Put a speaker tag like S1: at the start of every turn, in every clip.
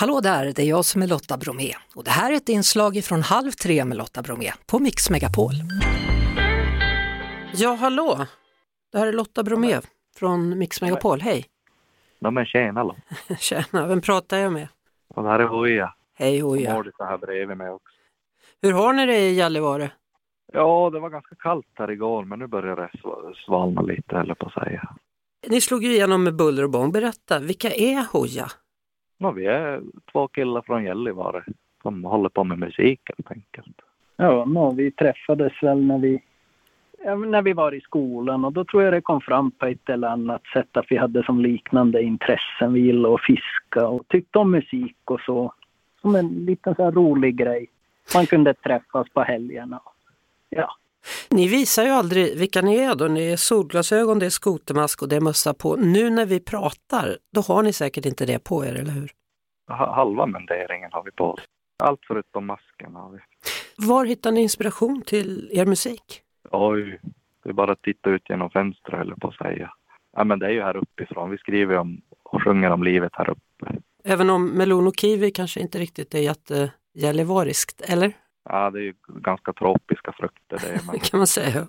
S1: Hallå där, det är jag som är Lotta Bromé och det här är ett inslag från Halv tre med Lotta Bromé på Mix Megapol. Ja, hallå, det här är Lotta Bromé från Mix Megapol, hej.
S2: Ja men tjena då.
S1: Tjena, vem pratar jag med?
S2: Och det här är Hoja.
S1: Hej
S2: Hon har
S1: Hoja.
S2: det så här bredvid mig också.
S1: Hur har ni det i Gällivare?
S2: Ja, det var ganska kallt här igår men nu börjar det sv- svalna lite eller på att säga.
S1: Ni slog ju igenom med buller och bång, berätta, vilka är Hoja?
S2: Ja, vi är två killar från Gällivare som håller på med musik helt enkelt.
S3: Ja, nå, vi träffades väl när vi, ja, men när vi var i skolan och då tror jag det kom fram på ett eller annat sätt att vi hade som liknande intressen. Vi gillade att fiska och tyckte om musik och så. Som en liten så här rolig grej. Man kunde träffas på helgerna. Ja,
S1: Ni visar ju aldrig vilka ni är då, ni är solglasögon, det är skotermask och det är mössa på. Nu när vi pratar, då har ni säkert inte det på er, eller hur?
S2: Ha- Halva munderingen har vi på oss. Allt förutom masken har vi.
S1: Var hittar ni inspiration till er musik?
S2: Oj, det är bara att titta ut genom fönstret eller på att säga. Ja men det är ju här uppifrån. Vi skriver om och sjunger om livet här uppe.
S1: Även om melon och kiwi kanske inte riktigt är jättegällivariskt, eller?
S2: Ja, det är ju ganska tropiska frukter det är, men
S1: kan man säga.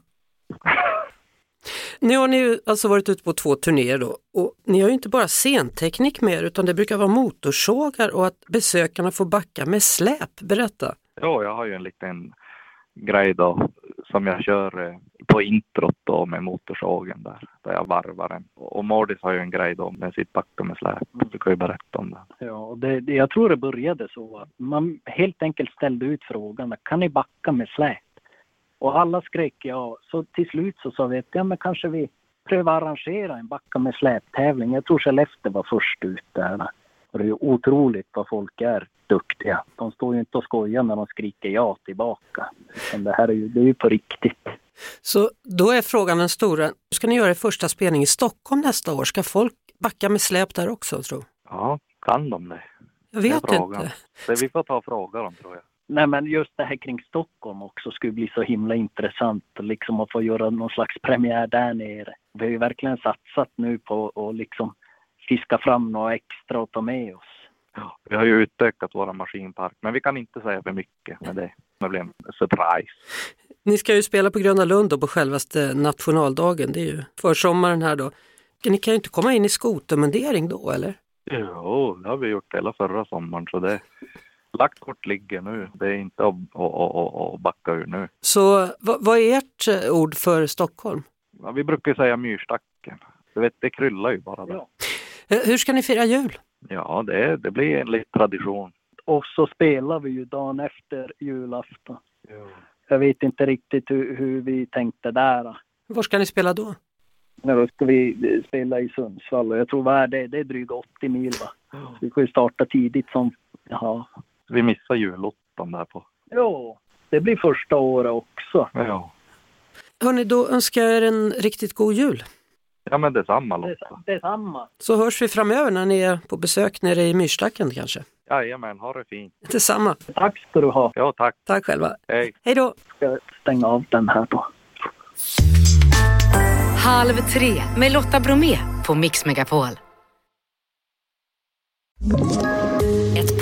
S1: Nu har ni ju alltså varit ute på två turnéer då och ni har ju inte bara scenteknik med er utan det brukar vara motorsågar och att besökarna får backa med släp. Berätta!
S2: Ja, jag har ju en liten grej då som jag kör eh, på introt då med motorsågen där, där jag varvar den. Och Mardis har ju en grej då med sitt backar med släp.
S1: Mm.
S2: Du kan ju berätta om den.
S3: ja och det, det, jag tror det började så att man helt enkelt ställde ut frågan, kan ni backa med släp? Och alla skrek ja. Så till slut så sa vi att ja, men kanske vi prövar arrangera en backa med släptävling. Jag tror Skellefteå var först ut där. Och det är ju otroligt vad folk är duktiga. De står ju inte och skojar när de skriker ja tillbaka. Utan det här är ju, det är ju på riktigt.
S1: Så då är frågan den stora, ska ni göra er första spelning i Stockholm nästa år? Ska folk backa med släp där också tror?
S2: Ja, kan de det?
S1: Jag
S2: Det är
S1: vet
S2: frågan.
S1: inte.
S2: det vi får ta och fråga dem tror jag.
S3: Nej men just det här kring Stockholm också skulle bli så himla intressant. Liksom att få göra någon slags premiär där nere. Vi har ju verkligen satsat nu på att liksom fiska fram något extra och ta med oss.
S2: Vi har ju utökat våra maskinpark, men vi kan inte säga för mycket med det. Det blir en surprise.
S1: Ni ska ju spela på Gröna Lund då på självaste nationaldagen, det är ju försommaren här då. Ni kan ju inte komma in i skotermundering då eller?
S2: Jo, det har vi gjort hela förra sommaren så det... Lagt kort ligger nu. Det är inte att, att, att, att backa ur nu.
S1: Så vad, vad är ert eh, ord för Stockholm?
S2: Ja, vi brukar ju säga myrstacken. Du vet, det kryllar ju bara där. Ja,
S3: Ja.
S1: Eh, Hur ska ni fira jul?
S2: det, det blir en liten tradition.
S3: Och så spelar vi ju dagen efter julafton. Jag vet inte riktigt hur, hur vi tänkte där.
S1: Var ska ni spela då?
S3: Men då ska vi spela i Sundsvall och jag tror vad är det? Det är dryga 80 mil va? Så vi får ju starta tidigt som... Ja.
S2: Vi missar julottan där på.
S3: Jo, det blir första året också.
S2: Ja.
S1: Hörni, då önskar jag er en riktigt god jul.
S2: Ja, men detsamma Lotta.
S3: Det- Detsamma.
S1: Så hörs vi framöver när ni är på besök nere i Myrstacken kanske.
S2: Jajamän, ha det fint.
S1: Detsamma.
S3: Tack ska du ha.
S2: Ja, tack.
S1: Tack själva.
S2: Hej.
S1: Hej då!
S3: Ska jag stänga av den här då?
S4: Halv tre med Lotta Bromé på Mix Megapol. Ett